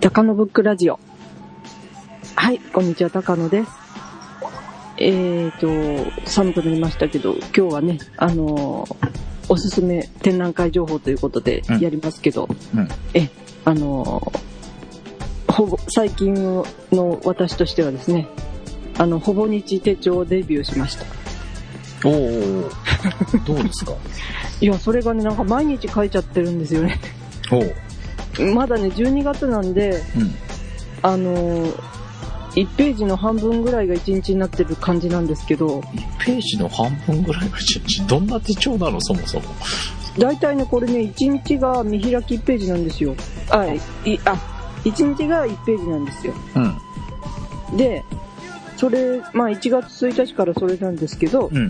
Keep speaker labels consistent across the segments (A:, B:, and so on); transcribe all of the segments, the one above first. A: 高野ブックラジオ。はい、こんにちは、高野です。えーと、寒くなりましたけど、今日はね、あのーおすすめ展覧会情報ということで
B: うん
A: やりますけど、
B: うん
A: え、あのーほぼ、最近の私としてはですね、あの、ほぼ日手帳をデビューしました。
B: おーおーどうですか
A: いや、それがね、なんか毎日書いちゃってるんですよね。
B: おう
A: まだね、12月なんで、
B: うん
A: あのー、1ページの半分ぐらいが1日になってる感じなんですけど、
B: 1ページの半分ぐらいの一日どんな手帳なのそもそも
A: 大体ね、これね、1日が見開き1ページなんですよ。あ、い、あ、1日が1ページなんですよ。
B: うん
A: で、それ、まあ1月1日からそれなんですけど、
B: うん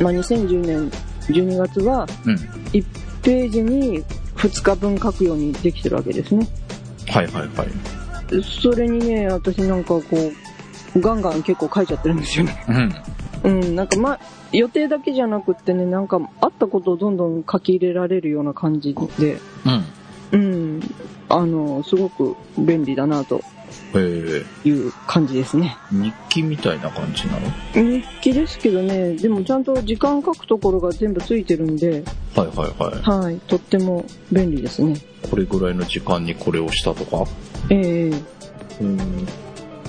A: まあ2010年12月は
B: うん
A: 1ページに2日分書くようにできてるわけですね。
B: はいはいはい
A: それにね、私なんかこう、ガンガン結構書いちゃってるんですよね。
B: うん
A: うん、なんかまあ、予定だけじゃなくってね、なんかあったことをどんどん書き入れられるような感じで、
B: う
A: う
B: ん
A: ん、あの、すごく便利だなと
B: えー、
A: いう感じですね。
B: 日記みたいな感じなの
A: 日記ですけどね、でもちゃんと時間書くところが全部ついてるんで、
B: はいはいは
A: はい、とっても便利ですね。
B: いこれぐらいの時間にこれをしたとか
A: ええ
B: うん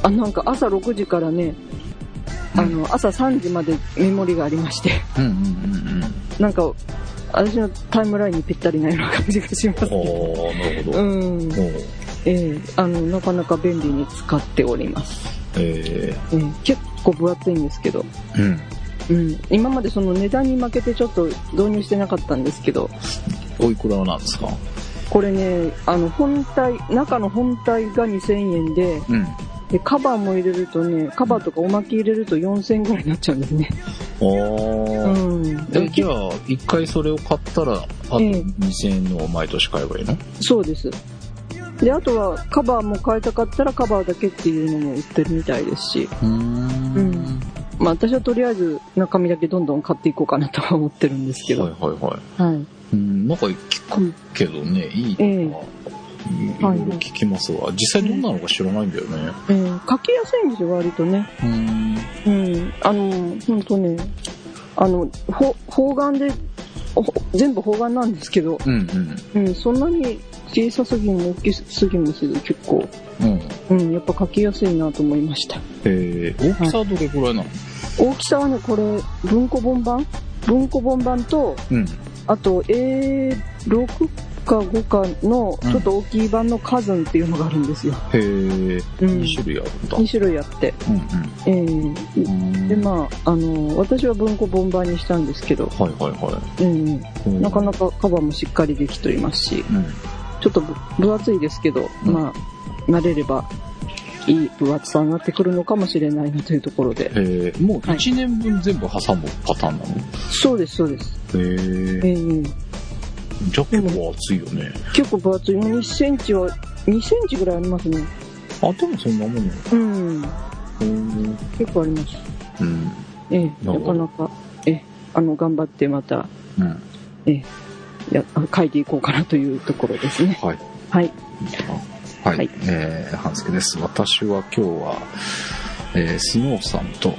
A: あ、なんか朝6時からね、あの、朝3時までメモリがありまして、
B: うんうん
A: なんか、私のタイムラインにぴったりなような感じがします
B: うんうん
A: ね。
B: おーなるほ
A: う
B: ど、
A: ん。
B: おー
A: ええあの、なかなか便利に使っております。
B: え
A: ええ結構分厚いんですけど、
B: ー、うん
A: うん。今までその値段に負けてちょっと導入してなかったんですけど、
B: おいくらなんですか
A: これね、あの、本体、中の本体が2000円で、
B: うん
A: で、カバーも入れるとね、カバーとかおまけ入れると4000円ぐらいになっちゃうんですね。
B: お
A: う
B: ー、
A: ん。
B: えじゃあ一回それを買ったらあと
A: ええ
B: 2000円のを毎年買えばいいの
A: そうです。で、あとはカバーも変えたかったらカバーだけっていうのも売ってるみたいですし、
B: う
A: う
B: ー
A: ん
B: ん
A: まあ私はとりあえず中身だけどんどん買っていこうかなとは思ってるんですけど、
B: はいはいはい
A: はい。
B: うんなんか聞くけどねいいとか、
A: ええ
B: うんいろいろ聞きますわ、実際どんなのか知らないんだよね
A: うん、書きやすいんですよ、割とね。
B: うん
A: うん、あの、本当ね、あの、ほ方眼で、ほ全部方眼なんですけど、
B: うん
A: うん、そんなに小さすぎも大きすぎもせず結構、
B: うんうん
A: うん、やっぱ書きやすいなと思いました。
B: えー、大きさはどれぐらいなの、
A: 大きさはね、これ、文庫本版文庫本版と、
B: うん
A: あと A6 か5かの
B: うん
A: ちょっと大きい版のカズンっていうのがあるんですよ。
B: へえ、
A: うん
B: 2種類あるんだ
A: 2種類あって。
B: う
A: えー
B: んうん
A: で、まあ、あの、私は文庫本版にしたんですけど、
B: はいはいは
A: うん、
B: い、うん、
A: なかな
B: か
A: かカバーもしっかりできておりますし、
B: うん
A: ちょっとぶ分厚いですけど、
B: うん
A: まあ、慣れればいい分厚さになってくるのかもしれないなというところで。
B: えー、もう
A: はい
B: 1年分全部挟むパターンなの、
A: そうです、そうです。
B: へ
A: え
B: え
A: え
B: じゃあ結構厚いよね、
A: 結構分厚い。もう2センチは、2センチぐらいありますね。
B: あでもそんなもんなの
A: うん。
B: うん
A: 結構あります。
B: うん
A: ええな
B: なる
A: か
B: ほど
A: なか、ええあの、頑張ってまた、
B: うん
A: や、書いていこうかなというところですね。
B: はい
A: はい。
B: はい、
A: はい
B: えー、半助です。私は今日は、えー、スノーさんと、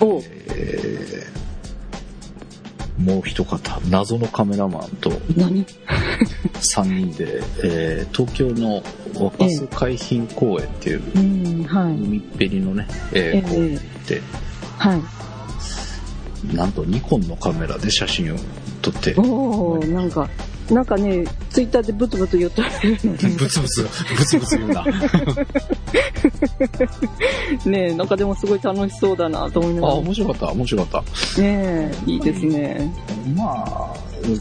A: おう
B: えー、もう一方、謎のカメラマンと
A: 何
B: 3人で、えー、東京の若洲海浜公園っていう、
A: うん、はい。
B: 海っぺりのね、え
A: ええ
B: ー、公園で、
A: はい。
B: なんとニコンのカメラで写真を撮って、ぶ
A: おおなんか、なんかね、ツイッターでブツブツ言っと られるの
B: つぶつ、ぶつぶつ言うな。あ、
A: ねえ、なんかでもすごい楽しそうだなと思いながら。
B: 面白かった、面白かった。
A: ねえ、いいですね。
B: まあ、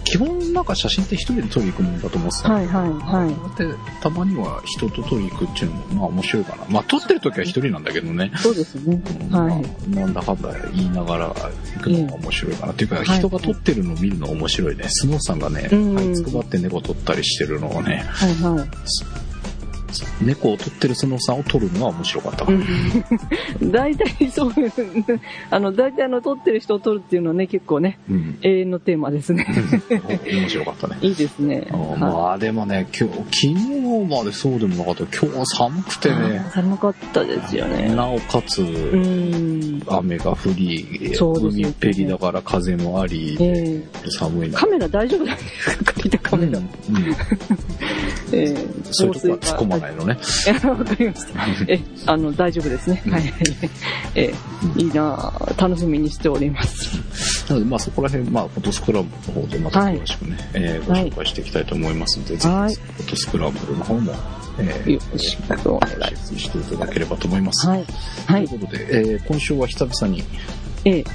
B: 基本なんか写真って一人で撮りに行くもんだと思ってたんだけど
A: はいはいは
B: だってたまには人と撮りに行くっていうのもまあ面白いかなまあ撮ってる時は一人なんだけどね、
A: い。そうですね。は
B: まあ、なんだかんだ言いながら行くのが面白いかな、っていうか
A: はい
B: 人が撮ってるのを見るの面白いねスノーさんがね
A: うん
B: はいつくばって猫撮ったりしてるのをね
A: はいはい。
B: 猫を撮ってるスノーさんを撮るのが面白かったか
A: う
B: ら、
A: ん 大体そういう、あの、大体あの、撮ってる人を撮るっていうのはね、結構ね、
B: うん、
A: 永遠のテーマです ね。
B: 面白かったね
A: いいですね。
B: あーまあでもね今日昨日までそうでもなかった今日は寒くてね、
A: 寒かったですよね。
B: なおかつ、
A: うん。
B: 雨が降り、
A: そうですね
B: 海っぺりだから風もあり、
A: ええ
B: 寒いな
A: カメラ大丈夫なんですか 借りたカメラ。
B: うん
A: ええ
B: そういうとこは突っ込
A: い。
B: まないのね。
A: わかりました。え、あの、大丈夫ですね。はい。ええ、いいなぁ楽しみにしております。
B: なので、まあそこら辺、まあ、フォトスクラムの方でまた詳しくね、えーご紹介していきたいと思いますので、
A: はい
B: ぜひ、フォトスクラムの方も、えー
A: よろしくお願いします。
B: していただければと思います。
A: はい。はい
B: と。いうことで、えー今週は久々に、
A: ええ、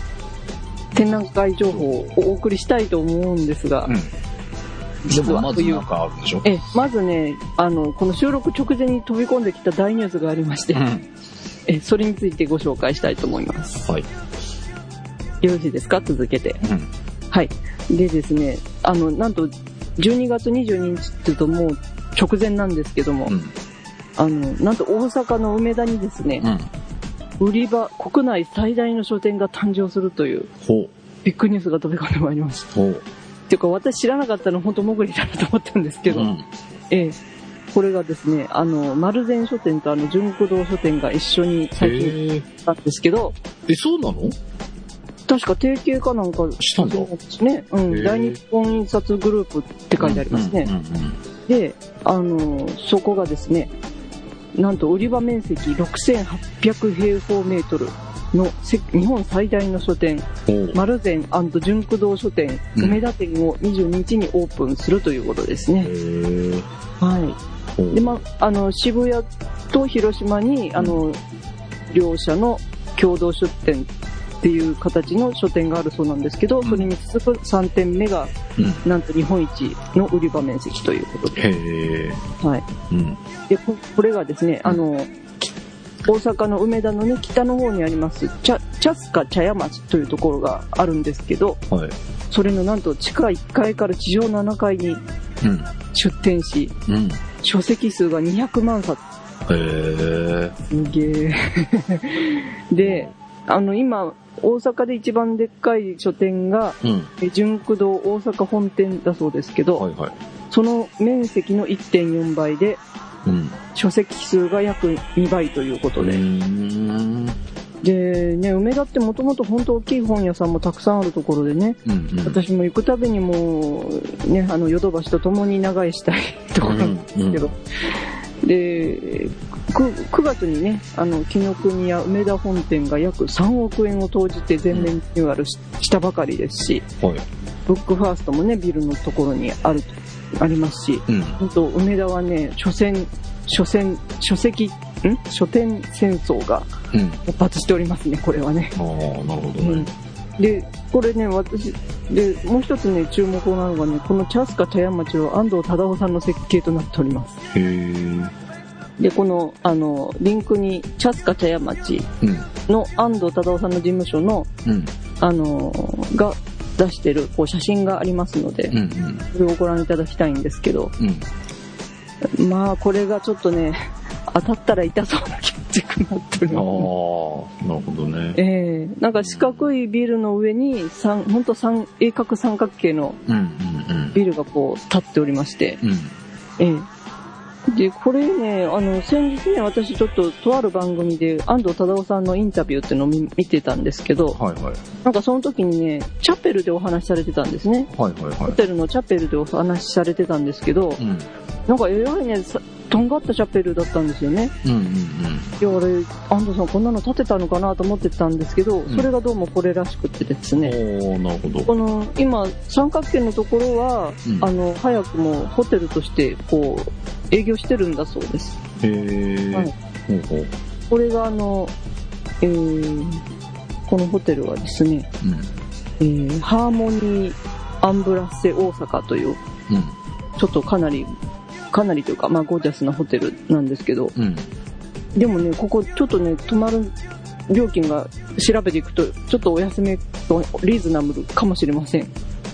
A: 展覧会情報をお送りしたいと思うんですが、
B: で
A: 実
B: も
A: は
B: まずなんかあるんでしょ
A: ええまずね、あの、この収録直前に飛び込んできた大ニュースがありまして、
B: うん
A: ええそれについてご紹介したいと思います。
B: はい。
A: よろしいですか続けて。
B: うん
A: はい。でですね、あの、なんと、12月22日っていうともう直前なんですけども、
B: うん
A: あの、なんと大阪の梅田にですね、
B: うん
A: 売り場、国内最大の書店が誕生するという
B: ほう。
A: ビッグニュースが飛び込んでまいりました。
B: ほう。
A: っていうか私知らなかったの本当もぐりだなと思ったんですけど、
B: うん
A: ええこれがですね、あの、丸善書店とあの、純国堂書店が一緒に
B: え
A: 最近
B: ー
A: したんですけど、
B: え、そうなの
A: 確か提携かなんか
B: したんだ
A: ですね。うん、
B: へえ
A: 大日本印刷グループって書いてありますね。
B: うんうんうん
A: で、あの、そこがですね、なんと売り場面積6800平方メートルのせ日本最大の書店、
B: ほう。
A: 丸善純駆堂書店、
B: うん
A: 梅田店を22日にオープンするということです
B: へ
A: ね。
B: ー
A: はい。
B: ほう
A: でまあの渋谷と広島にあの、両社の共同出店っていう形の書店があるそうなんですけど、
B: ん
A: それに続く3店目が
B: うん
A: なんと日本一の売り場面積ということで,、
B: へえ。
A: はい、
B: うん。
A: でここれがですねあのき大阪の梅田の、ね、北の方にあります茶茶スカ茶屋町というところがあるんですけど
B: はい。
A: それのなんと地下1階から地上7階に
B: うん。
A: 出店し
B: うん。
A: 書籍数が200万冊
B: へえ。
A: すげえ。 で、あの、今、大阪で一番でっかい書店が、
B: うん。
A: え純駆堂大阪本店だそうですけど、
B: はいはい。
A: その面積の1.4倍で、
B: うん。
A: 書籍数が約2倍ということで。
B: うん。
A: で、ね、梅田ってもともと本当大きい本屋さんもたくさんあるところでね、
B: うん。
A: 私も行くたびにもう、ね、あの、ヨドバシと共に長いしたいところなんですけど、で 9, 月にねあの紀ノ国や梅田本店が約3億円を投じて全面リニューアルししたばかりですし
B: はい。
A: ブックファーストもねビルのところにあるありますし
B: うん。
A: 本当梅田はね所詮所詮書籍ん書店戦争が
B: うん。
A: 勃発しておりますねこれはね、
B: ああ、なるほど
A: う
B: ね
A: ん。、でこれね私でもう一つね注目なのがねこの茶須賀茶屋町は安藤忠夫さんの設計となっております
B: へえ。
A: でこのあのリンクに「チャスカ茶屋町
B: うん。」
A: の安藤忠夫さんの事務所の
B: うん。
A: あのが出してるこう写真がありますので
B: うん。うん。
A: それをご覧いただきたいんですけど
B: うん。
A: まあこれがちょっとね当たったら痛そうな建築になってる
B: ああ、なるほどね。
A: ええなんか四角いビルの上に三本当三鋭角三角形の
B: うん。うん。
A: ビルがこう立っておりまして
B: うん。
A: ええ。で、これね、あの、先日ね、私ちょっととある番組で安藤忠夫さんのインタビューっていうのを見見てたんですけど、
B: はいはい。
A: なんかその時にね、チャペルでお話しされてたんですね。
B: はいはいは
A: ホテルのチャペルでお話しされてたんですけど
B: い。、うん。
A: なんかえらいね、さとんがったチャペルだったんですよね。
B: うん。うん。
A: いや、あれ、安藤さんこんなの建てたのかなと思ってたんですけど、
B: ん
A: それがどうもこれらしくってです
B: うん。
A: ね。
B: おおなるほど。
A: この今三角形のところは、
B: うん
A: あの早くもホテルとしてこう営業してるんだそうです
B: へえ。ほうほう。
A: これがあの、えーこのホテルはですね、
B: うん。
A: えーハーモニーアンブラッセ大阪という、ちょっとかなり、かなりというか、まあゴージャスなホテルなんですけど、
B: うん。うん。
A: でもね、ここちょっとね、泊まる料金が調べていくと、ちょっとお安めとリーズナブルかもしれません。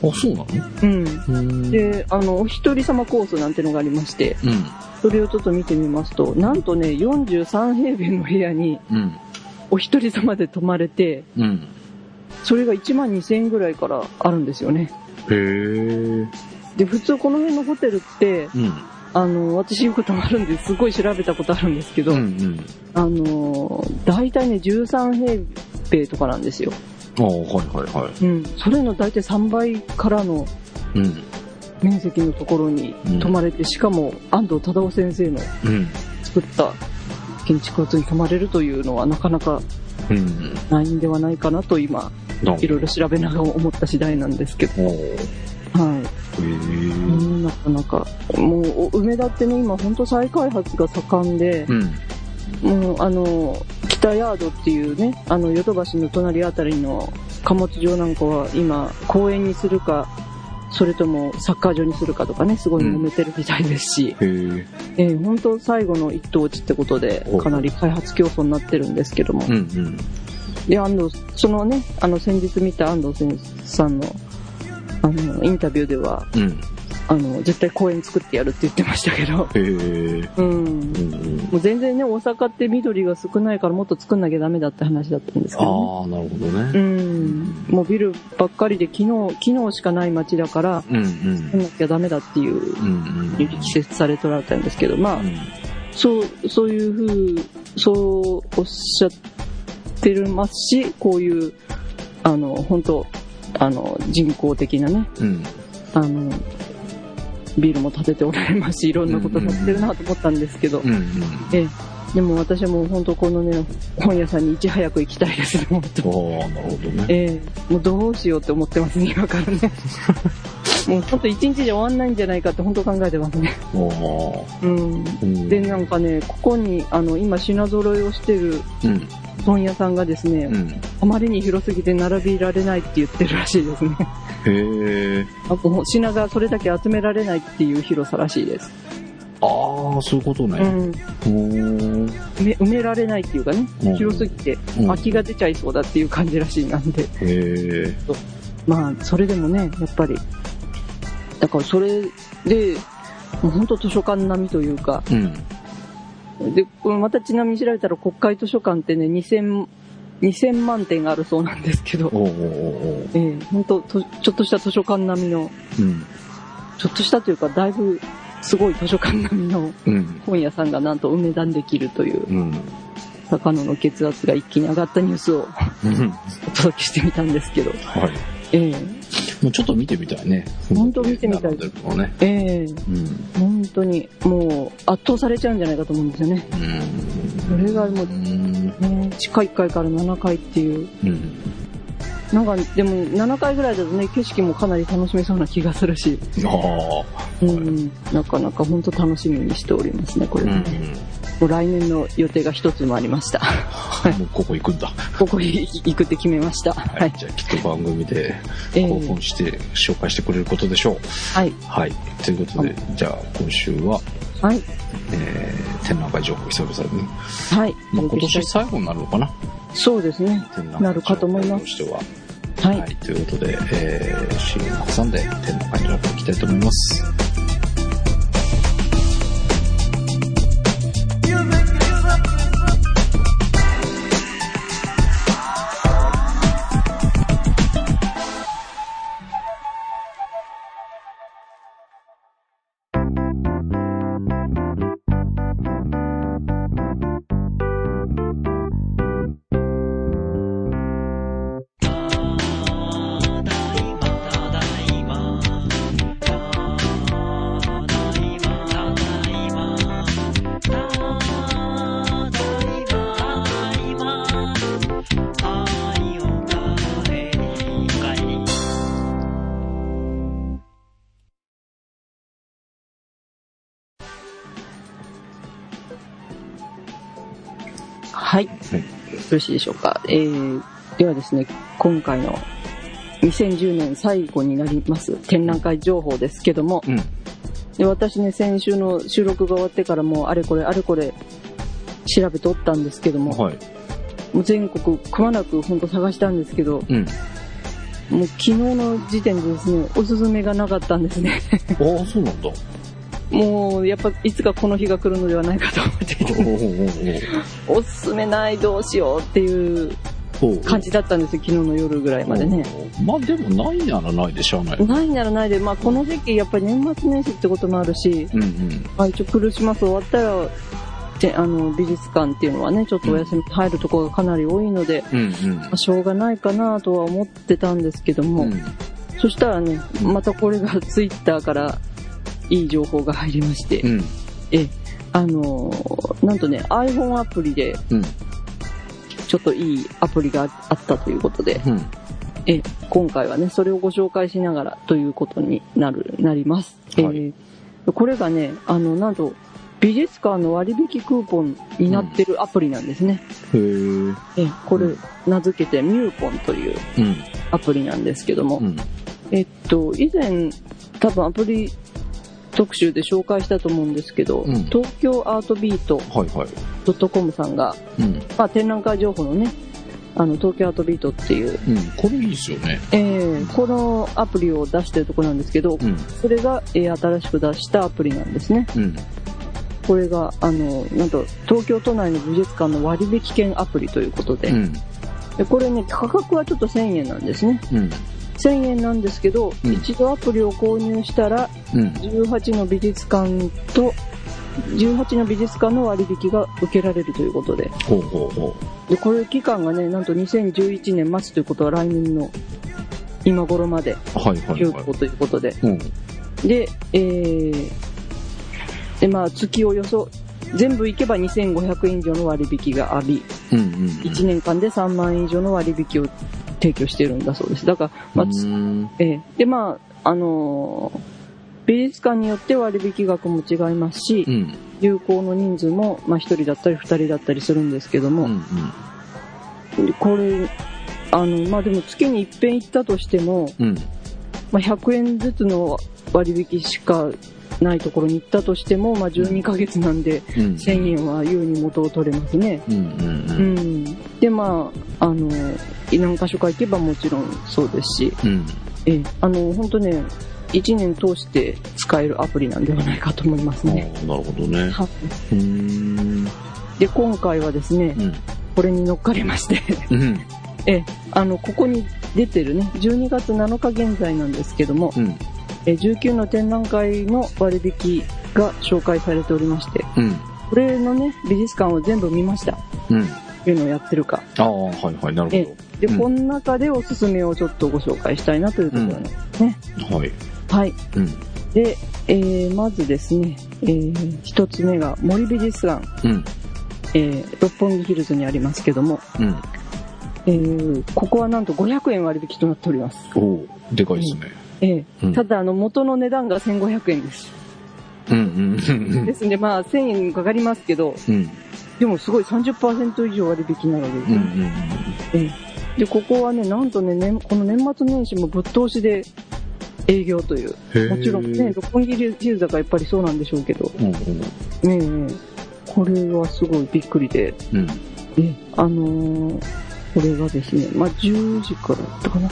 B: あ、そうなの
A: うん。
B: うん。
A: で、あの、お一人様コースなんてのがありまして、
B: うん。
A: それをちょっと見てみますと、なんとね、43平米の部屋に
B: うん。
A: お一人様で泊まれて、
B: うん。
A: それが1万2000円ぐらいからあるんですよね。
B: へえ。
A: で、普通この辺のホテルって、
B: うん。
A: あの、私よく泊まるんですごい調べたことあるんですけど、
B: うん。
A: あの、大体ね、13平米とかなんですよ。
B: ああ、はいはいは
A: うん。それの大体3倍からの
B: い。うん。
A: 面積のところに泊まれて、しかも安藤忠夫先生の
B: うん。
A: 作った建築物に泊まれるというのはなかなか
B: うん。
A: ないんではないかなと今、
B: なる
A: いろいろ調べながら思った次第なんですけど、
B: ほど。
A: はい。
B: へ
A: う
B: え。
A: んなかなか、もう、お梅田ってね、今、本当再開発が盛んで、
B: うん。
A: もう、あの、北ヤードっていうね、あの、ヨドバシの隣あたりの貨物場なんかは、今、公園にするか、それともサッカー場にするかとかね、すごい揉めてるみたいですし、
B: へえ。
A: えー本当最後の一等地ってことで
B: お、
A: かなり開発競争になってるんですけども
B: う、んうん。
A: で、安藤、そのね、あの、先日見た安藤先さんの、あの、インタビューでは、
B: うん。
A: あの、絶対公園作ってやるって言ってましたけど、
B: へえ。
A: うん
B: う。んうん。
A: もう全然ね、大阪って緑が少ないからもっと作んなきゃダメだって話だったんですけど、ね。
B: ああ、なるほど
A: う
B: ね。
A: ん。もうビルばっかりで昨日、昨日しかない街だから、
B: うんうん。
A: 作んなきゃダメだっていう、
B: うんうん。
A: 力説されとられたんですけど、まあ、そう、そういうふう、そうおっしゃってるますし、こういう、あの、本当あの、人工的なね、
B: うん。
A: あの、ビルも建てておられますし、いろんなことやってるなと思ったんですけど、
B: うんうん。
A: ええ、でも私はもう本当このね、本屋さんにいち早く行きたいですね、本当
B: ああ、なるほどね。
A: ええ、もうどうしようって思ってますね、今からね。もう本当一日じゃ終わんないんじゃないかって本当考えてますね。
B: ああ。
A: うん。
B: うん
A: で、なんかね、ここに、あの、今品揃えをしてる
B: うん。
A: 本屋さんがですね、
B: うん。へ
A: あまりに広すぎて並びられないって言ってるらしいですね。
B: え。
A: あもう品がそれだけ集められないっていう広さらしいです。
B: ああ、そういうこと
A: う
B: ね。
A: ん。
B: おー
A: 埋め埋められないっていうかね、
B: うん
A: 広すぎて
B: うん
A: 空きが出ちゃいそうだっていう感じらしいなんで。
B: へえ。
A: まあ、それでもね、やっぱり、だからそれで、もう本当図書館並みというか、
B: うん。
A: で、これまたちなみに調べたら国会図書館ってね、2000、2000万点があるそうなんですけど、
B: おーおーおー
A: ええ本当とちょっとした図書館並みの、
B: うん。
A: ちょっとしたというか、だいぶすごい図書館並みの
B: うん。
A: 本屋さんがなんと梅断できるという、
B: うん。
A: 高野の血圧が一気に上がったニュースを
B: うん
A: お届けしてみたんですけど、
B: はい。
A: ええ
B: もうちょっと見てみたいね。
A: 本当見てみたい
B: 並んでるのね。
A: ええ
B: うん。
A: 本当にもう圧倒されちゃうんじゃないかと思うんですよね。それがもう
B: うん。
A: ね、地下1階から7階っていう。
B: うん。
A: なんか、でも7階ぐらいだとね、景色もかなり楽しめそうな気がするし、
B: ああ。
A: うん、なかなか本当楽しみにしておりますね、これ。
B: うん。
A: もう来年の予定が一つもありました。
B: もうここ行くんだ。
A: ここに行くって決めました。は
B: はいい。。じゃあきっと番組で
A: え
B: 興
A: ー
B: 奮して紹介してくれることでしょう。
A: はい。
B: はい。ということで、じゃあ今週は、
A: はい。
B: えー、展覧会情報久々にね。
A: はい。
B: まあ、今年最後になるのかな
A: そうですね。
B: 展覧会
A: なるかと思います
B: 情報として
A: は
B: は。
A: い
B: は。い。ということで、えー、CM を挟んで展覧会情報いきたいと思います。
A: はい。よろしいでしょうか。えー、ではですね、今回の2010年最後になります展覧会情報ですけども、
B: うん。
A: で私ね、先週の収録が終わってからもうあれこれあれこれ調べておったんですけども、
B: はい。
A: もう全国くまなく本当探したんですけど、
B: うん。
A: もう昨日の時点でですね、おすすめがなかったんですね。
B: ああ、そうなんだ。
A: もう、やっぱいつかこの日が来るのではないかと思ってい
B: お
A: て、
B: うおうおう
A: おすすめないどうしようっていう
B: おうお う
A: 感じだったんですよ、昨日の夜ぐらいまでね。
B: うんまあでもないならないでしゃあない。
A: ないならないで、まあこの時期やっぱり年末年始ってこともあるし、
B: うんうん。
A: まあ一応クルシマス終わったら、であの美術館っていうのはね、ちょっとお休み入るところがかなり多いので、
B: うん
A: まあしょうがないかなとは思ってたんですけど
B: う
A: も、
B: ん。うん
A: そしたらね、またこれが ツイッターからいい情報が入りまして、
B: うん。
A: あのーなんとね、iPhone アプリで、
B: うん
A: ちょっといいアプリがあったということで、
B: うん。
A: え今回はね、それをご紹介しながらということになる、なります。
B: はい
A: えーこれがね、あの、なんと、美術館の割引クーポンになってるアプリなんですね。
B: へえ。うん。
A: えこれ
B: うん、
A: 名付けてミューポンというアプリなんですけども、
B: うん。
A: えっと、以前、多分アプリ特集で紹介したと思うんですけど、
B: うん
A: 東京アートビート
B: はいは
A: .com さんが、
B: い。うん。
A: まあ、展覧会情報のね、あの、東京アートビートっていう、
B: うん。これいいですよね。
A: えーこのアプリを出してるとこなんですけど、
B: うん。
A: それが、えー新しく出したアプリなんですね。
B: うん。
A: これが、あの、なんと、東京都内の美術館の割引券アプリということで、
B: うん。
A: でこれね、価格はちょっと1000円なんですね。
B: うん。
A: 1000円なんですけど、
B: うん
A: 一度アプリを購入したら、
B: うん。
A: 18の美術館と、18の美術館の割引が受けられるということで。
B: ほうほうほ
A: で、これ期間がね、なんと2011年末ということは来年の今頃まで
B: う。はいはい
A: 有
B: は
A: 効ということで。
B: い。うん。
A: で、えー、で、まあ月およそ、全部行けば2500円以上の割引があり、
B: うんうんうん。
A: 1年間で3万円以上の割引を提供しているんだそうです。だから、まあ、つ
B: うん
A: ええで、まあ、あのー美術館によって割引額も違いますし、
B: うん。
A: 有効の人数も、まあ、1人だったり2人だったりするんですけど
B: うんう
A: も、
B: ん。
A: これあの、まあ、でも月に一遍行ったとしても、
B: うん。
A: まあ、100円ずつの割引しかないところに行ったとしても、まあ、12ヶ月なんで
B: うん。
A: 1000円は優に元を取れますね。
B: うん
A: う
B: うん
A: ん、でまああの何箇所か行けばもちろんそうですし、
B: うん。
A: ええあの本当ね1年通して使えるアプリなんではないかと思います
B: うん。ああ、な
A: ね。
B: るほどね。
A: はい
B: うん。
A: で今回はですね
B: うん。
A: これに乗っかりまして
B: うん。
A: あの、ここに出てるね、12月7日現在なんですけども、
B: うん。
A: えー19の展覧会の割引が紹介されておりまして、
B: うん。
A: これのね、美術館を全部見ました。
B: うん。
A: というのをやってるか。
B: ああ、はいはい、なる
A: で、
B: うん
A: この中でおすすめをちょっとご紹介したいなというところなんです。
B: ほど。はい。
A: はい。
B: うん。
A: で、えーまずですね、えー一つ目が森美術館、
B: うん。
A: えー六本木ヒルズにありますけども、
B: うん。
A: えーここはなんと500円割引となっております。
B: おおでかいですね。
A: えー
B: うん
A: ただ、あの、元の値段が1500円です。
B: うんうん
A: ですんで、まあ、1000円かかりますけど、
B: うん。うん
A: でもすごい30%以上割引なの
B: う
A: で、
B: んうん。
A: で、ここはね、なんとね、年この年末年始もぶっ通しで営業という、
B: へー
A: もちろんね、。六本木ヒルズだからやっぱりそうなんでしょうけど、
B: うんうん
A: ねえねえこれはすごいびっくりで、
B: うん。
A: えあのーこれがですね、まあ、10時からだったかな。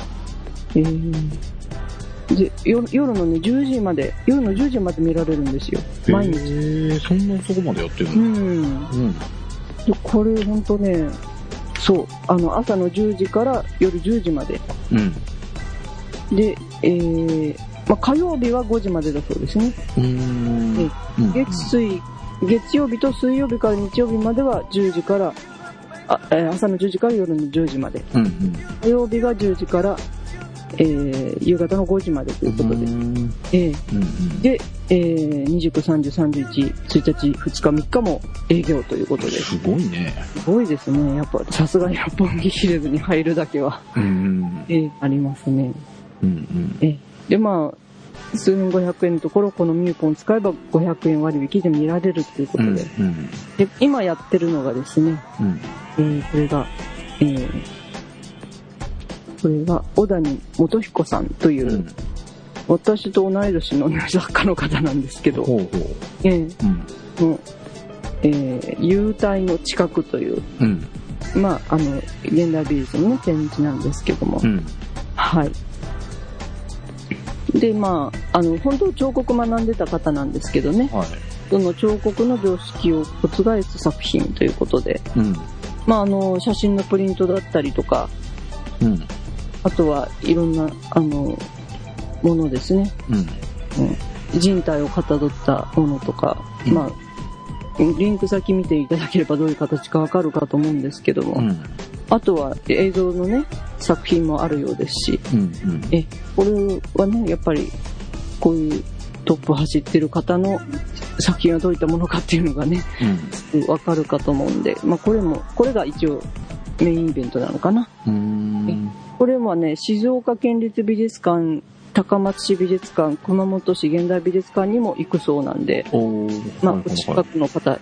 A: えーで夜夜のね、10時まで、夜の10時まで見られるんですよ。毎日。
B: へえ、そんなそこまでやってる
A: う
B: の
A: ん。
B: うん。
A: でこれ本当ねそうあの朝の10時から夜10時まで
B: うん。
A: で、えーまあ、火曜日は5時までだそうですね
B: うーん。
A: え
B: うん
A: 月水月曜日と水曜日から日曜日までは10時からあ、えー朝の10時から夜の10時まで
B: うんうん。
A: 火曜日が10時から、えー夕方の5時までということで、
B: うん
A: えー
B: うん。
A: で、えー、29、30、31、1日、2日、3日も営業ということで、す
B: すごいね。
A: ごいですね。やっぱ、さすがに六本木ヒルズに入るだけは、
B: うん
A: えーありますね。
B: うん。うん
A: でまあ数年500円のところこのミューポン使えば500円割引で見られるということ
B: う
A: で,、
B: ん。
A: で
B: うん。
A: 今やってるのがですね、
B: うん。
A: えーこれが、えーこれが小谷元彦さんという、
B: うん。
A: 私と同い年の作家の方なんですけど、
B: ほうほう。
A: えー
B: うん。
A: このえー幽体の近くという、
B: うん。
A: まあ、あの現代美術の、ね、展示なんですけども、
B: うん。
A: はいでまああの本当彫刻学んでた方なんですけどね
B: はい。
A: その彫刻の常識を覆す作品ということで、
B: うん。
A: まあ、あの写真のプリントだったりとか
B: うん。
A: あとはいろんなあのものですね
B: うん。
A: 人体をかたどったものとか、
B: うん
A: まあリンク先見ていただければどういう形かわかるかと思うんですけども、
B: うん。
A: あとは映像のね作品もあるようですし
B: うん。うん。
A: えこれはねやっぱりこういうトップ走ってる方の作品はどういったものかっていうのがねわかるかと思うんで、まあ、これもこれが一応メインイベントなのかな
B: うん。うん。
A: これはね静岡県立美術館高松市美術館熊本市現代美術館にも行くそうなんで、
B: お
A: まあ、
B: はい
A: お
B: はい
A: 近くの方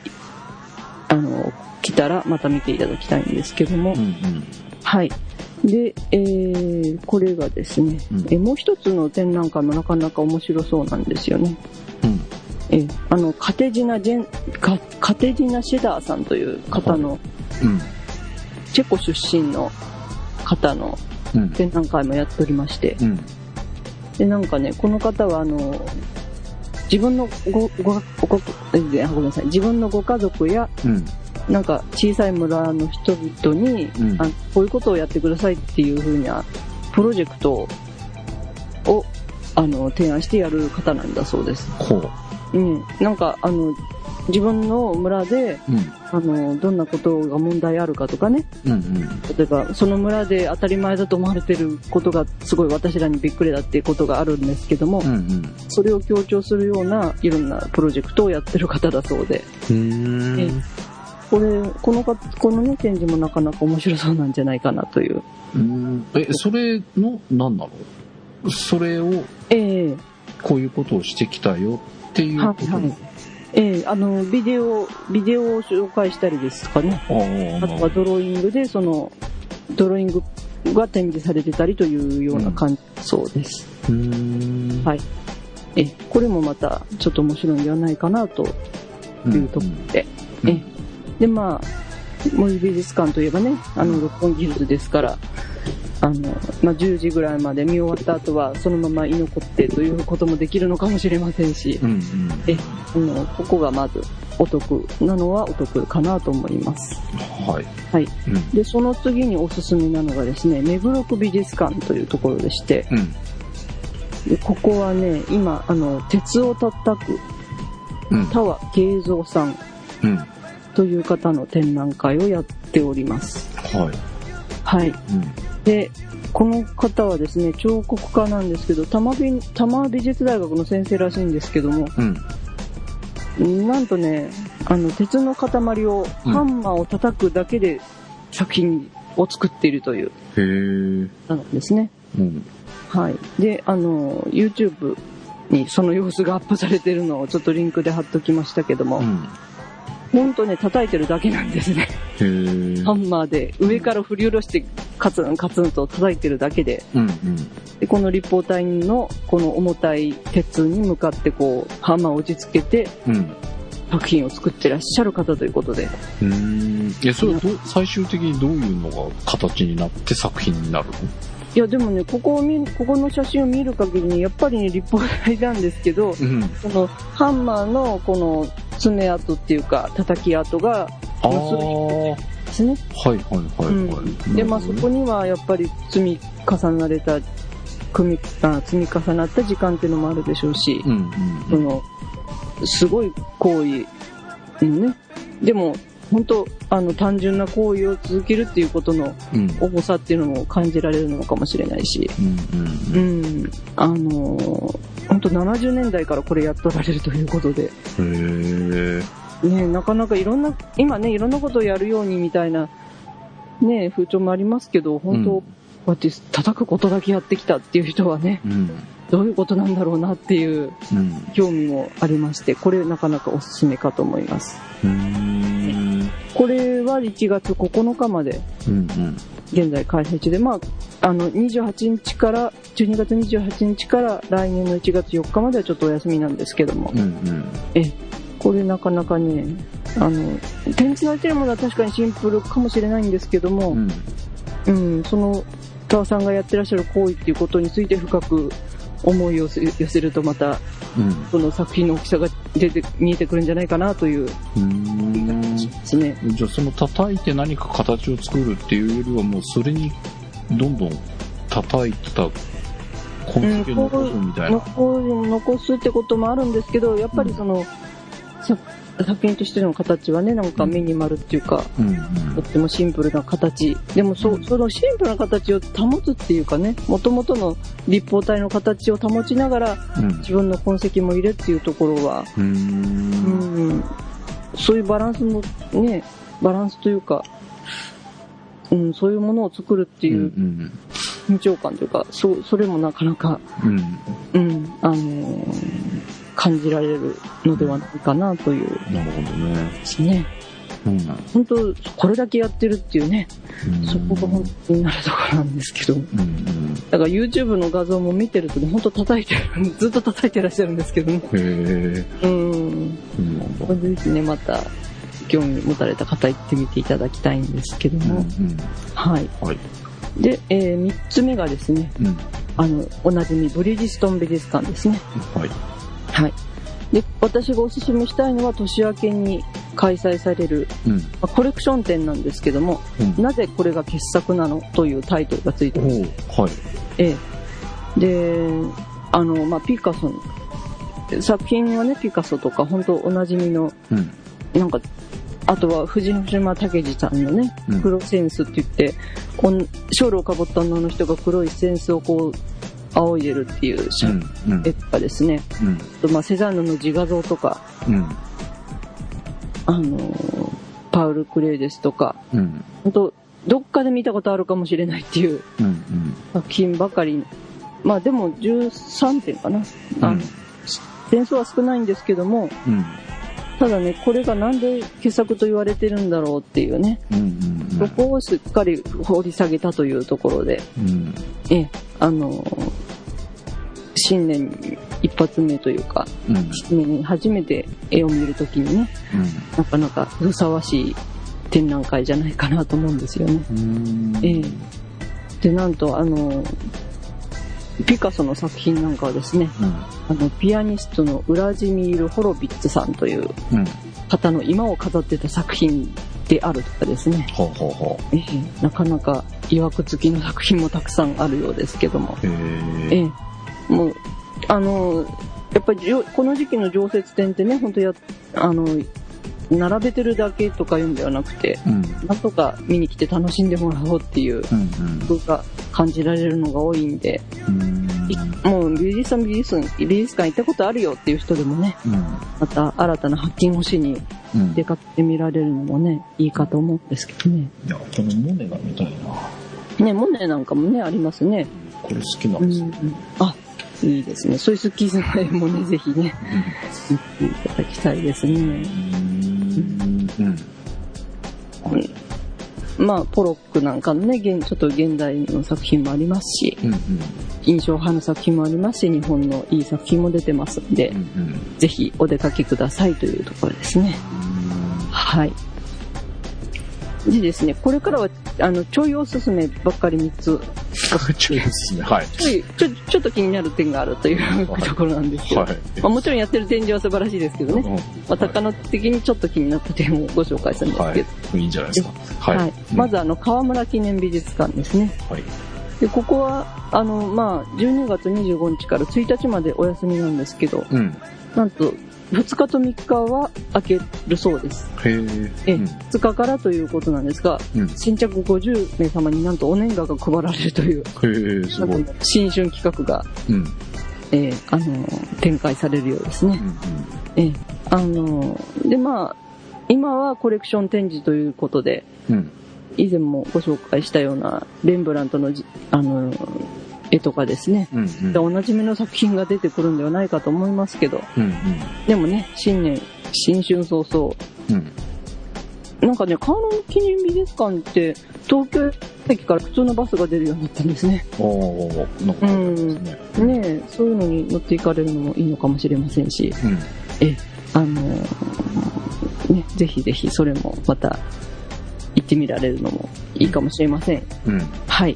A: あの来たらまた見ていただきたいんですけども、
B: うんうん
A: はい。で、えーこれがですね、
B: うん
A: えーもう一つの展覧会もなかなか面白そうなんですよね。
B: うん
A: えーあの、カテジナ・ジェン、カカテジナ・シェダーさんという方の、
B: うん
A: チェコ出身の方の
B: うん
A: 展覧会もやっておりまして、
B: うん
A: で、なんかね、この方はあの、自分のご、ご、ご、えーごめんなさい、自分のご家族や、
B: うん
A: なんか小さい村の人々に、
B: うん
A: あこういうことをやってくださいっていうふうなプロジェクトをあの提案してやる方なんだそうです、
B: こう
A: うん、なんかあの自分の村で
B: うん
A: あのどんなことが問題あるかとかね
B: うんうん
A: 例えばその村で当たり前だと思われてることがすごい私らにびっくりだっていうことがあるんですけども、
B: うん
A: それを強調するようないろんなプロジェクトをやってる方だそうで
B: うん
A: えこれこのかこの、ね、展示もなかなか面白そうなんじゃないかなという。
B: うんえそれの何なのそれを
A: ええ
B: こういうことをしてきたよっていう
A: は
B: こ
A: い
B: と
A: はい。ええあの、ビデオ、ビデオを紹介したりですとかね。
B: あ
A: あとはドローイングで、その、ドローイングが展示されてたりというような感想です。
B: あうん
A: はいええこれもまた、ちょっと面白いんではないかなと。
B: うん
A: いうとこで
B: うん
A: えで、まあ、森美術館といえばね、あの、六本木ヒルズですから、あの、まあ、10時ぐらいまで見終わった後は、そのまま居残ってということもできるのかもしれませんし、
B: うんうん
A: えあのここがまずお得なのはお得かなと思います
B: はい
A: はい
B: うん
A: でその次におすすめなのがですね目黒区美術館というところでして
B: うん
A: でここはね今あの鉄を叩く
B: うん
A: 田和慶三さん
B: うん
A: という方の展覧会をやっております
B: はい
A: はい
B: うん
A: でこの方はですね彫刻家なんですけど多摩美多摩美術大学の先生らしいんですけども
B: うん
A: なんとね、あの、鉄の塊を、
B: うん
A: ハンマーを叩くだけで作品を作っているという、
B: へえ
A: なんですね。
B: うん
A: はい。で、あの、YouTube にその様子がアップされてるのをちょっとリンクで貼っときましたけども、
B: うん
A: ほんとね、叩いてるだけなんですね。
B: へえ
A: ハンマーで、上から振り下ろして、カツンカツンと叩いてるだけで、
B: うんうん
A: でこの立方体の、この重たい鉄に向かってこう、ハンマーを打ちつけて、
B: うん
A: 作品を作ってらっしゃる方ということで、
B: うーんいやそれはどう最終的にどういうのが形になって作品になるの
A: いやでもねここを見ここの写真を見る限りねやっぱりね立方体なんですけど
B: うん
A: そのハンマーのこの爪痕っていうか叩き跡が結
B: ああ
A: び
B: はい
A: ですね、
B: はいはいはい、
A: でまあそこ
B: に
A: にはやっぱり積み重なれた組みあ積み重なった時間っていうのもあるでしょうし、
B: うんう
A: そ
B: ん
A: のすごい行為うんねでも本当あの単純な行為を続けるっていうことの
B: うん
A: 重さっていうのも感じられるのかもしれないし
B: う
A: う
B: んうん
A: ん、あの本当70年代からこれやっとられるということで、
B: うんへえ
A: ね、なかなかいろんな今ねいろんなことをやるようにみたいな、ね、風潮もありますけど本当、
B: うん
A: こうやって叩くことだけやってきたっていう人はね
B: うん
A: どういうことなんだろうなっていう
B: うん
A: 興味もありましてこれなかなかおすすめかと思います
B: うーん
A: これは1月9日まで
B: うんうん
A: 現在開催中で、まあ、あの28日から12月28日から来年の1月4日まではちょっとお休みなんですけども、
B: うんうん
A: これなかなかねあの展示されてるものは確かにシンプルかもしれないんですけども、うんその田尾さんがやってらっしゃる行為っていうことについて深く思いを寄せ寄せるとまた
B: うん
A: その作品の大きさが出て見えてくるんじゃないかなという
B: うーん
A: ですね。
B: じゃあその叩いて何か形を作るっていうよりはもうそれにどんどん叩いてた痕跡を残すみたいな。
A: 残残すってこともあるんですけどやっぱりその、さ作品としての形はねなんかミニマルっていうか、
B: うんうん
A: とってもシンプルな形でもそそのシンプルな形を保つっていうかねもともとの立方体の形を保ちながら
B: うん
A: 自分の痕跡も入れっていうところは、
B: うー
A: うんん、そういうバランスのねバランスというか、うん、そういうものを作るって
B: う
A: いうん緊張感というかそうそれもなかなか
B: うん
A: うん、あのー感じられるのではないかなという
B: なるほどね。
A: ですね。
B: うん
A: 本当、これだけやってるっていうね、そこが本
B: う
A: 当になるところなんですけど。
B: んうん
A: だから YouTube の画像も見てるとね、本当叩いてる、 ずっと叩いてらっしゃるんですけどね。
B: へえ。
A: うん。
B: そうなんだ
A: これぜひね、また、興味持たれた方行ってみていただきたいんですけど
B: うん
A: も。
B: うん
A: はい。
B: はい。
A: で、えー、3つ目がですね、
B: うん
A: あの、おなじみブリヂストン美術館ですね。
B: はい。
A: はい。で、私がおすすめしたいのは年明けに開催される、
B: うん
A: まあコレクション展なんですけども、
B: うん
A: なぜこれが傑作なのというタイトルがついてます。
B: おはい。
A: ええ。で、あの、まあ、ピカソに、作品はね、ピカソとか、本当おなじみの、
B: うん
A: なんか、あとは藤島武二さんのね、
B: うん
A: 黒センスって言って、おんショールをかぶった女の人が黒いセンスをこう、仰いでるっていう
B: う
A: 写
B: んうん
A: 絵とかですね。
B: うん
A: あとまあ、セザンヌの自画像とか、
B: うん
A: あのーパウル・クレイですとか、
B: うん
A: 本当どっかで見たことあるかもしれないっていう
B: うんうん
A: 作品ばかり。まあでも13点かな。あの、点数は少ないんですけども、
B: うん
A: ただね、これがなんで傑作と言われてるんだろうっていうね、
B: うんうん
A: そこをしっかり掘り下げたというところで、
B: うん
A: ええ、あのー新年一発目というか、
B: うん
A: 新年に初めて絵を見るときにね、
B: うん
A: なかなかふさわしい展覧会じゃないかなと思うんですよね。ええで、なんと、あの、ピカソの作品なんかはですね、あの、ピアニストのウラジミール・ホロビッツさんという方の今を飾ってた作品であるとかですね、
B: ほうほうほ
A: ええなかなか曰くつきの作品もたくさんあるようですけども、
B: う。へ
A: え
B: え。
A: えもう、あの、やっぱりじょこの時期の常設展ってね、本当や、あの、並べてるだけとか言うんではなくて、
B: うん。
A: なんとか見に来て楽しんでもらおうっていう
B: うん
A: ことが感じられるのが多いんで、
B: うん。
A: もう美術さん美術館美術館行ったことあるよっていう人でもね、
B: うん。
A: また新たな発見をしに
B: うん。
A: 出かけてみられるのもね、いいかと思うんですけどね。
B: いや、このモネが見たいな。
A: ね、モネなんかもね、ありますね。
B: これ好きな
A: うんん
B: ですよ。
A: うん。あ、いいですね。そういうスッキーズの絵もね、ぜひね、見ていただきたいですね。
B: うん。うん。
A: まあ、ポロックなんかのね、現ちょっと現代の作品もありますし、
B: うん。
A: 印象派の作品もありますし、日本のいい作品も出てますんで
B: うん。う、ん。
A: ぜひお出かけくださいというところですね。はい。でですね、これからは、あの、ちょいおすすめばっかり3つ。
B: ちょいですね。はい。
A: ちょい、ちょ、ちょっと気になる点があるという
B: はい
A: ところなんですけど。
B: はい。
A: まあ、もちろんやってる展示は素晴らしいですけどね。まあ、高野的にちょっと気になった点をご紹介するんです
B: は
A: けど。
B: い。いいんじゃないですか。
A: はい。
B: はい。
A: まず、あの、河村記念美術館ですね。
B: はい。
A: で、ここは、あの、まあ、12月25日から1日までお休みなんですけど、
B: うん。
A: なんと、2日と3日は開けるそうです。
B: へ
A: ええ、2日からということなんですが、
B: うん
A: 新着50名様になんとお年賀が配られるという、
B: え。へえ、すごい。
A: 新春企画が、
B: うん。うん。
A: えーあのー展開されるようですね。えーあのーで、まあ、今はコレクション展示ということで、
B: うん。
A: 以前もご紹介したようなレンブラントのじ、あのー絵とかですね、
B: うん。
A: でおなじみの作品が出てくるんではないかと思いますけど、
B: うん。
A: でもね、新年、新春早々、
B: うん。
A: なんかね、川の記念美術館って、東京駅から普通のバスが出るようになったんですね。
B: おー、なんか、ね。
A: ねえ、そういうのに乗っていかれるのもいいのかもしれませんし、
B: うん。
A: あのーね、ぜひぜひそれもまた行ってみられるのもいいかもしれません。
B: うん。
A: はい。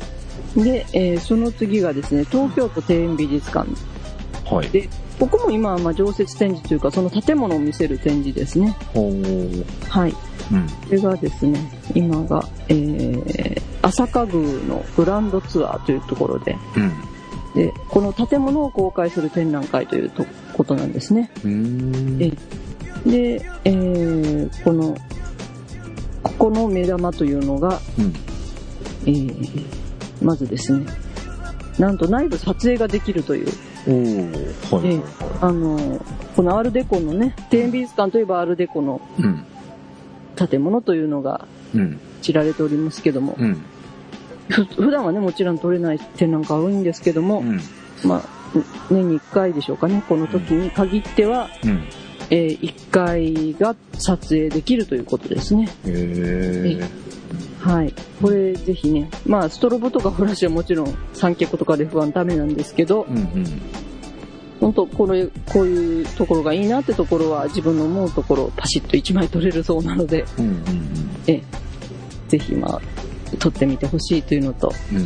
A: で、えーその次がですね、東京都庭園美術館
B: はい。
A: で、ここも今はまあ常設展示というか、その建物を見せる展示ですね。
B: ほう。うん。
A: はい。これがですね、今が、えー、朝霞宮のグランドツアーというところで、で、この建物を公開する展覧会というとことなんですね。
B: うん。うーん。
A: で、えーこの、ここの目玉というのが、
B: うん。
A: えーまずですね、なんと内部撮影ができるという、
B: おー。はい。
A: えあの、このアールデコのね、庭園美術館といえばアールデコの
B: うん。
A: 建物というのが
B: うん。
A: 知られておりますけども、
B: うん。
A: ふ普段はね、もちろん撮れない展覧会多いんですけども、
B: うん。
A: まあ、年に1回でしょうかね、この時に限っては、
B: うん。
A: え1回が撮影できるということですね。
B: へえ。
A: はい。これぜひね、まあ、ストロボとかフラッシュはもちろん三脚とかで不安ダメなんですけど
B: う、んうん。
A: 本当これ、こういうところがいいなってところは自分の思うところをパシッと1枚撮れるそうなので、
B: うんうん
A: ぜひまあ、撮ってみてほしいというのと、
B: うん。うん。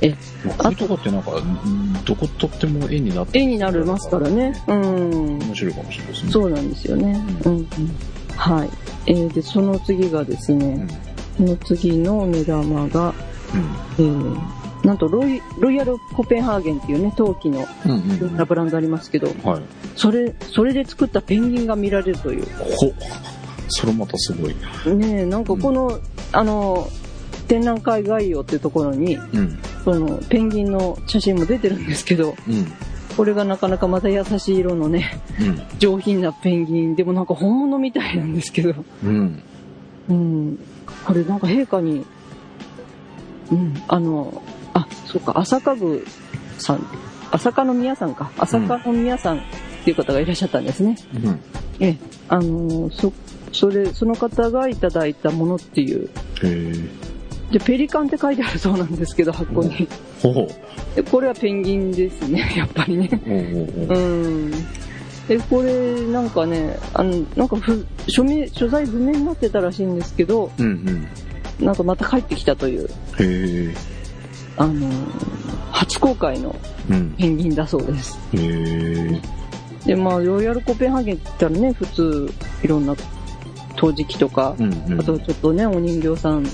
A: え
B: こういうとこってなんか、うんどことっても絵になって
A: 絵になりますからね。うん。
B: 面白いかもしれないですね。
A: そうなんですよね。
B: う
A: うん、うん。はい。えーで、その次がですね、その次の目玉が、えーなんとロイ、ロイヤルコペンハーゲンっていうね、陶器の
B: うん。うん
A: い
B: うん
A: ろ
B: うんん。
A: なブランドありますけど、
B: はい。
A: それ、それで作ったペンギンが見られるという。
B: ほそれまたすごい。
A: ねえ、なんかこの、あの、展覧会概要っていうところに、
B: うん。
A: その、ペンギンの写真も出てるんですけど、
B: うん。
A: これがなかなかまた優しい色のね、上品なペンギン、でもなんか本物みたいなんですけど、
B: うん。う
A: う
B: ん。
A: ん、これなんか陛下に、うん、あの、あ、そうか、朝霞宮さん、朝霞の宮さんか、朝霞の宮さんっていう方がいらっしゃったんですね。
B: うん。
A: ええ、あの、そ、それ、その方がいただいたものっていう、
B: へえ。
A: で、ペリカンって書いてあるそうなんですけど、箱に。
B: ほほ。
A: でこれはペンギンですね、 やっぱりね。
B: おうおうおう
A: うん。で、これ、なんかね、あの、なんかふ、署名、所在不明になってたらしいんですけど、
B: うんうん。
A: なんかまた帰ってきたという。
B: へえ。
A: あの、初公開の
B: うん。
A: ペンギンだそうです。
B: へえ。
A: で、まあ、ロイヤルコペンハーゲンって言ったらね、普通、いろんな陶磁器とか、
B: うんうん。
A: あとちょっとね、お人形さん、ね、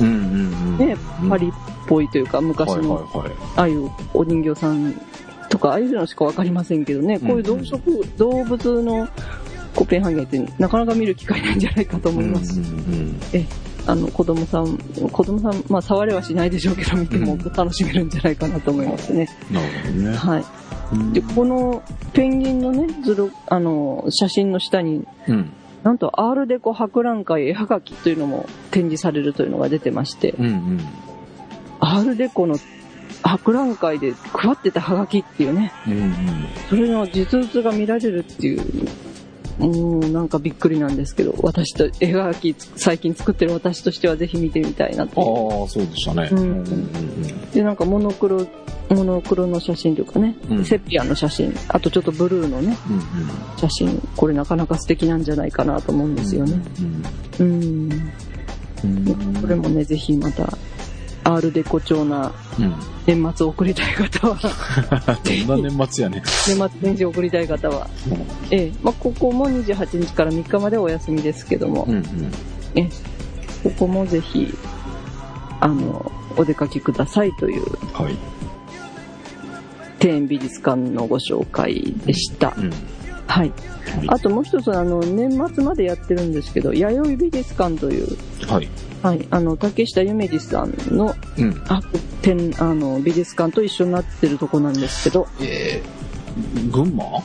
B: うんうんうん。
A: パリっぽいというか、昔
B: はい
A: の、
B: はいはい。
A: ああいうお人形さんとか、ああいうのしかわかりませんけどね、こういう動植、動物のコペンハーゲンってなかなか見る機会ないんじゃないかと思います。
B: うん
A: あの、子供さん、子供さん、まあ、触れはしないでしょうけど、見ても
B: うん
A: 楽しめるんじゃないかなと思いますね。
B: うん。なる
A: はい。
B: ほどね。
A: で、このペンギンのね、図録、あの、写真の下に、
B: うん。
A: なんとアールデコ博覧会絵はがきというのも展示されるというのが出てまして、
B: うんうん。
A: アールデコの博覧会で配ってたはがきっていうね、
B: うんうん。
A: それの実物が見られるっていう、もうなんかびっくりなんですけど、私と、絵はがき最近作ってる私としてはぜひ見てみたいな
B: ああ
A: と。、
B: そうでしたね。
A: うん
B: うんうん
A: で、なんかモノクロ、モノクロの写真というかね、
B: うん
A: セピアの写真、あとちょっとブルーのね、
B: うん。
A: 写真これなかなか素敵なんじゃないかなと思うん
B: で
A: ですよね。。うん
B: うん。
A: これもねぜひまたアールデコ調な
B: うん。
A: 年末を送りたい方は
B: どんな年末やね。
A: 年末年始を送りたい方は、ええまあ、ここも28日から3日までお休みですけども、
B: うんうん。
A: ここもぜひあのお出かけくださいという
B: はい。
A: 庭園美術館のご紹介でした、
B: うん。
A: はい、あともう一つあの年末までやってるんですけど弥生美術館という
B: はい。
A: はい、あの竹下夢二さんの
B: うん。
A: あ展あの美術館と一緒になってるとこなんですけど
B: えー、群馬あ、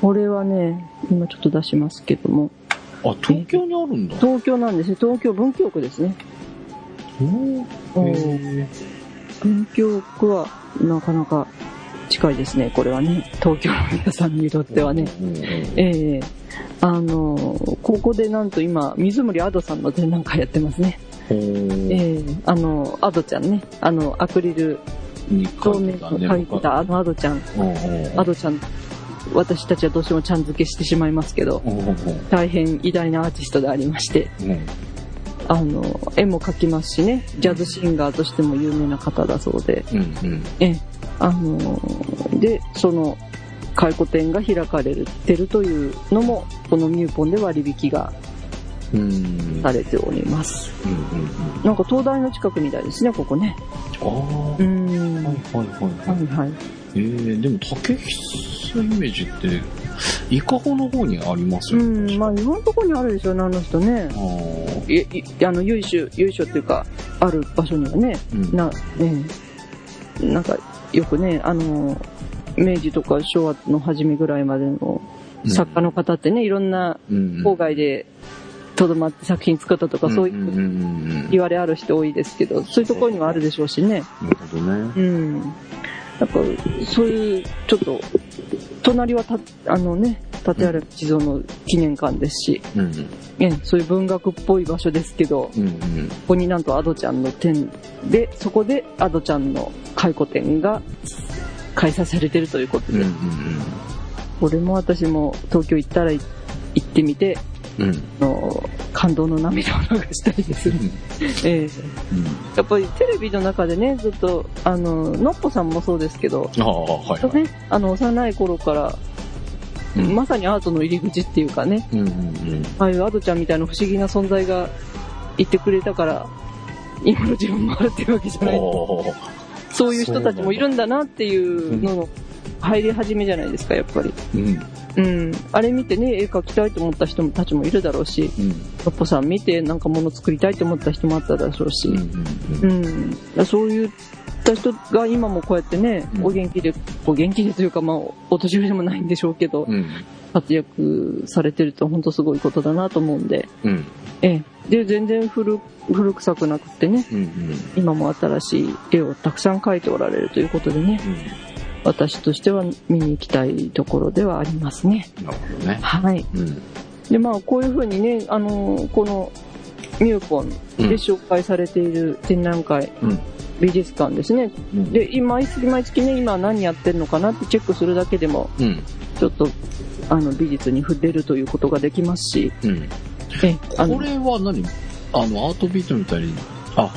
A: これはね今ちょっと出しますけども
B: 東京にあるんだ。
A: 東京なんですね東京文京区ですね
B: うんへ
A: 文京区はなかなか近いですねこれはね東京の皆さんにとっ
B: ー
A: てはね。
B: うんうんうん
A: ええあのここでなんと今水森アドさんの展覧会やってますね
B: ほー
A: ええあのアドちゃんねあのアクリル
B: に
A: 透
B: 書い
A: 明
B: てた
A: の
B: ね
A: 書いてたあのアドちゃん
B: うんうん
A: アドちゃん、私たちはどうしてもちゃん付けしてしまいますけど、
B: うんうん
A: 大変偉大なアーティストでありまして、
B: うん
A: あの、絵も描きますしね、ジャズシンガーとしても有名な方だそうで、
B: うんうん
A: ええ、あの、で、その、回顧展が開かれてるというのも、このミューポンで割引が
B: うん。うん。
A: されております。
B: うん。
A: なんか東大の近くみたいですね、ここね。
B: ああ。は
A: う
B: い
A: ん。
B: は
A: はい
B: はいはい。
A: いはい。
B: えー、でも竹久夢二って、伊香保の方にあります
A: う
B: よ
A: ん、
B: ね。
A: まあ
B: あ
A: いろんなとこにあるでしょうね、あの人ね。
B: ー
A: いいあの、由緒、由緒っていうか、ある場所にはね、
B: うん
A: な、ね、なんかよくね、あの、明治とか昭和の初めぐらいまでの作家の方ってね、いろんな
B: うん
A: 郊外でとどまって作品作ったとか、そうい
B: ん
A: うん
B: うんうん
A: 言われある人多いですけど、そういうところにはあるでしょうしね。
B: なるほどね。
A: うん。なんか、そういう、ちょっと、隣はた、あのね、立原地蔵の記念館ですし、
B: うん。
A: ええそういう文学っぽい場所ですけど、
B: うんうん。
A: ここになんとアドちゃんの展で、そこでアドちゃんの回顧展が開催されてるということ
B: うん
A: で、
B: うん
A: これも私も東京行ったら行ってみて、
B: うん。うん。
A: あの感動の涙を流したいです、ええ
B: うん
A: やっぱりテレビの中でね、ずっと、あの、のっぽさんもそうですけど、
B: ああ、はいはい。
A: ね、あの、幼い頃から、
B: うん
A: まさにアートの入り口っていうかね、
B: うんうんうん。
A: ああいうアドちゃんみたいな不思議な存在がいてくれたから、今の自分もあるっていうわけじゃない。
B: おー
A: そういう人たちもいるんだなっていうのの入り始めじゃないですか、やっぱり。
B: うんうん
A: うん。あれ見てね、絵描きたいと思った人もたちもいるだろうし、トッポさん見てなんか物作りたいと思った人もあっただろうし、
B: うんう
A: うんん、だからそういった人が今もこうやってね、
B: うん
A: お元気で、お元気でというか、まあ、お年寄りでもないんでしょうけど、
B: うん
A: 活躍されてると本当すごいことだなと思うんで、
B: うん
A: ええ。で、全然古古臭くなくってね、
B: うんうん
A: 今も新しい絵をたくさん描いておられるということでね、私としては見に行きたいところではありますね。
B: なるほどね。
A: はい。
B: うん
A: で、まあ、こういうふうにね、あのーこの、ミューコン
B: うん
A: で紹介されている展覧会、
B: うん
A: 美術館ですね。
B: うん
A: で、今毎月毎月ね、今何やってるのかなってチェックするだけでも、
B: うん
A: ちょっと、あの、美術に触れるということができますし、
B: うん。
A: ええ、あの
B: こ、れは何あの、アートビートみたいに、あ、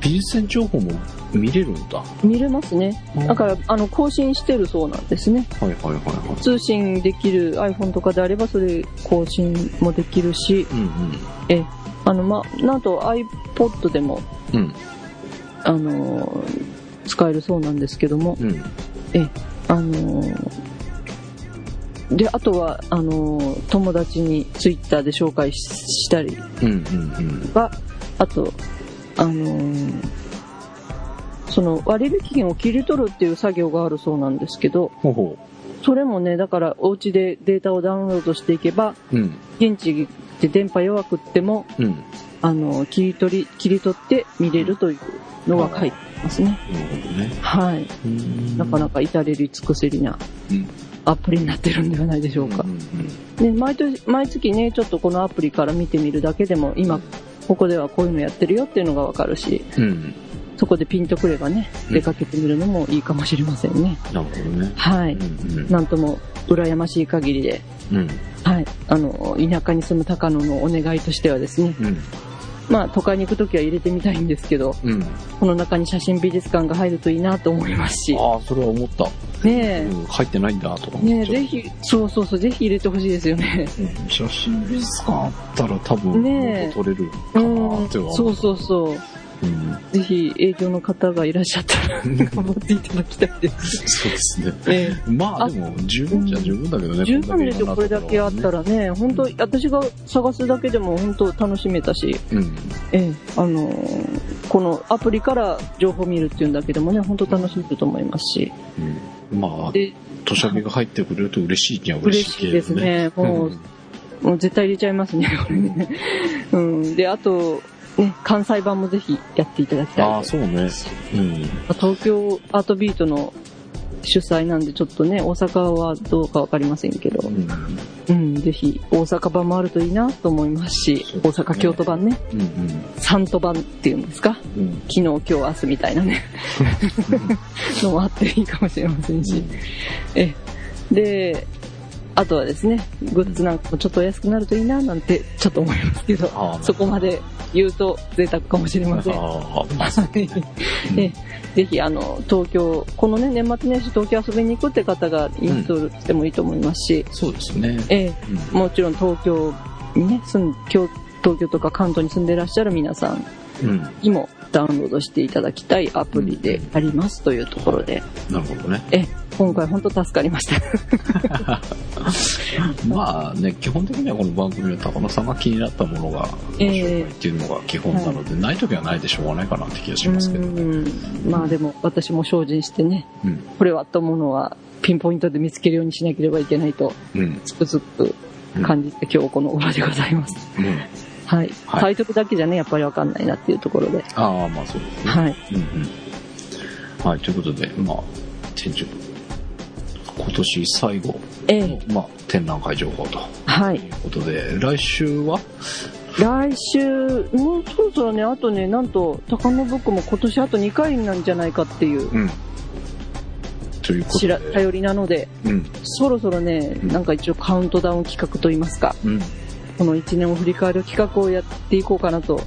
B: 美術展情報も見れるんだ。
A: 見れますね。だから、あの、更新してるそうなんですね。
B: はいはいはいは
A: 通信できる iPhone とかであれば、それ更新もできるし、
B: い。うん
A: あの、ま、なんと iPod でも、
B: うん。うん
A: あのー使えるそうなんですけども、
B: うん。
A: あのーで、あとは、あのー友達に Twitter で紹介ししたり
B: うんうんうん。
A: は、あと、あのーその割引券を切り取るっていう作業があるそうなんですけど、
B: ほうほ
A: それもね、だからお家でデータをダウンロードしていけば、
B: う。うん
A: 現地で電波弱くっても、
B: うん。な
A: あの、切り取り、切り取って見れるというのが書いてますね。
B: るほどね。
A: はい。
B: うん
A: なかなか至れり尽くせりな
B: うん
A: アプリになってるんではないでしょうか
B: う。んうん
A: ね、毎年、毎月ね、ちょっとこのアプリから見てみるだけでも、今、ここではこういうのやってるよっていうのがわかるし、
B: うん。
A: そこでピンとくればね、
B: うん
A: 出かけてみるのもいいかもしれませんね。
B: なるほどね。
A: はい。
B: うん
A: なんとも、羨ましい限りで、
B: うん。
A: はい。あの、田舎に住む高野のお願いとしてはですね、
B: うん。
A: まあ、都会に行くときは入れてみたいんですけど、
B: うん。
A: この中に写真美術館が入るといいなと思いますし、
B: ああ、それは思った。
A: ね
B: うん入ってないんだとか
A: え、ねえ、
B: 思っちゃ
A: ぜ
B: う。
A: ひ、そうそうそう、ぜひ入れてほしいですよね。
B: うん写真美術館あったら多分、
A: ねえ
B: 撮れるか
A: う
B: なんっては、。
A: そううそうそう。
B: うん。
A: ぜひ営業の方がいらっしゃった ら頑張っていただきたいです。
B: そうですね。
A: え
B: まあ
A: あ
B: でも、十分じゃ十分だけどね。
A: え十分ですよ、こ
B: ん
A: れ
B: な
A: だけあっ
B: い
A: た
B: ろんなとこ
A: らね。本当私が探すだけでも本当楽しめたし、
B: ろはね。
A: ええあのーこのアプリから情報見るっていうんだけでもね、本当楽しめると思いますし。
B: うん。まあ、
A: で、
B: 土砂火が入ってくれると嬉しいには嬉
A: 嬉
B: しい
A: しい
B: けれ
A: で
B: ど
A: す
B: ね。
A: ね。
B: う
A: もう、
B: ん
A: もう絶対入れちゃいますね、 これね。うん。で、あと、ね、関西版もぜひやっていただき
B: あ
A: たい
B: あ、。そうね。うん。
A: 東京アートビートの主催なんで、ちょっとね、大阪はどうかわかりませんけど、
B: うん
A: うん、ぜひ大阪版もあるといいなと思いますし、
B: そう
A: 大
B: ですね
A: 阪、京都版ね、
B: うん
A: 三都版っていうんですか、
B: うん。うん。
A: 昨日、今日、明日みたいな ね、のもあっていいかもしれませんし、えで、あとはですね、グッズなんかもちょっとお安くなるといいななんてちょっと思いますけど、
B: あー
A: そこまで言うと贅沢かもしれません。
B: あーまあ
A: はい えぜひあの東京、この、ね、年末年始東京遊びに行くって方がインストールしてもいいと思いますし、
B: そうですね。
A: ええ
B: うん
A: もちろん東京にね住ん京東京とか関東に住んでいらっしゃる皆さん
B: うん。
A: にもダウンロードしていただきたいアプリでありますというところで、
B: なるほどね。
A: ええ今回本当助かりま した。
B: まあね、基本的にはこの番組は高野さんが気になったものが、
A: ええ
B: 紹介っていうのが基本なので、ない時はないでしょうがないかなって気がしますけどね。
A: うんまあでも私も精進してね、
B: うん。
A: これはあったものはピンポイントで見つけるようにしなければいけないと
B: うん。
A: つくづく感じて今日この頃でございます。
B: うん。
A: はい。
B: はい
A: タイトルだけじゃね、やっぱりわかんないなっていうところで。
B: ああ、まあそうですね。
A: はい。
B: うんうん。はい、ということで、まあ、展示今年最後
A: え
B: の
A: え、、
B: まあ、展覧会情報と
A: はいい。
B: うことで、来週は
A: 来週、もうそろそろね、あとね、なんと、高野ブックも今年あと2回なんじゃないかっていう、
B: うん。ということ
A: 知
B: で
A: ら、、頼りなので、
B: うん。
A: そろそろね、
B: うん
A: なんか一応カウントダウン企画といいますか、
B: うん。
A: この1年を振り返る企画をやっていこうかなと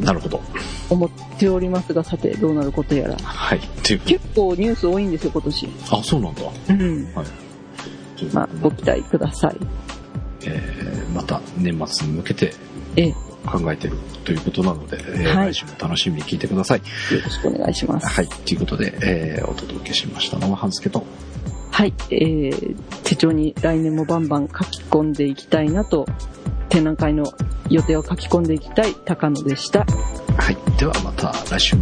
B: なるほど。
A: 思っておりますが、さて、どうなることやら。
B: はい。ということで
A: 結構ニュース多いんですよ、今年。
B: あ、そうなんだ。
A: うん。
B: ということで
A: まあ、ご期待ください。
B: えーまた年末に向けて
A: ええ、よ
B: 考えてるということなので、えー
A: はい
B: 来週も楽しみに聞いてください。
A: ろしくお願いします。
B: はい。ということで、えーお届けしましたのは、半助と。
A: はい、えー、手帳に来年もバンバン書き込んでいきたいなと、展覧会の予定を書き込んでいきたい高野でした。
B: はい。ではまた来週。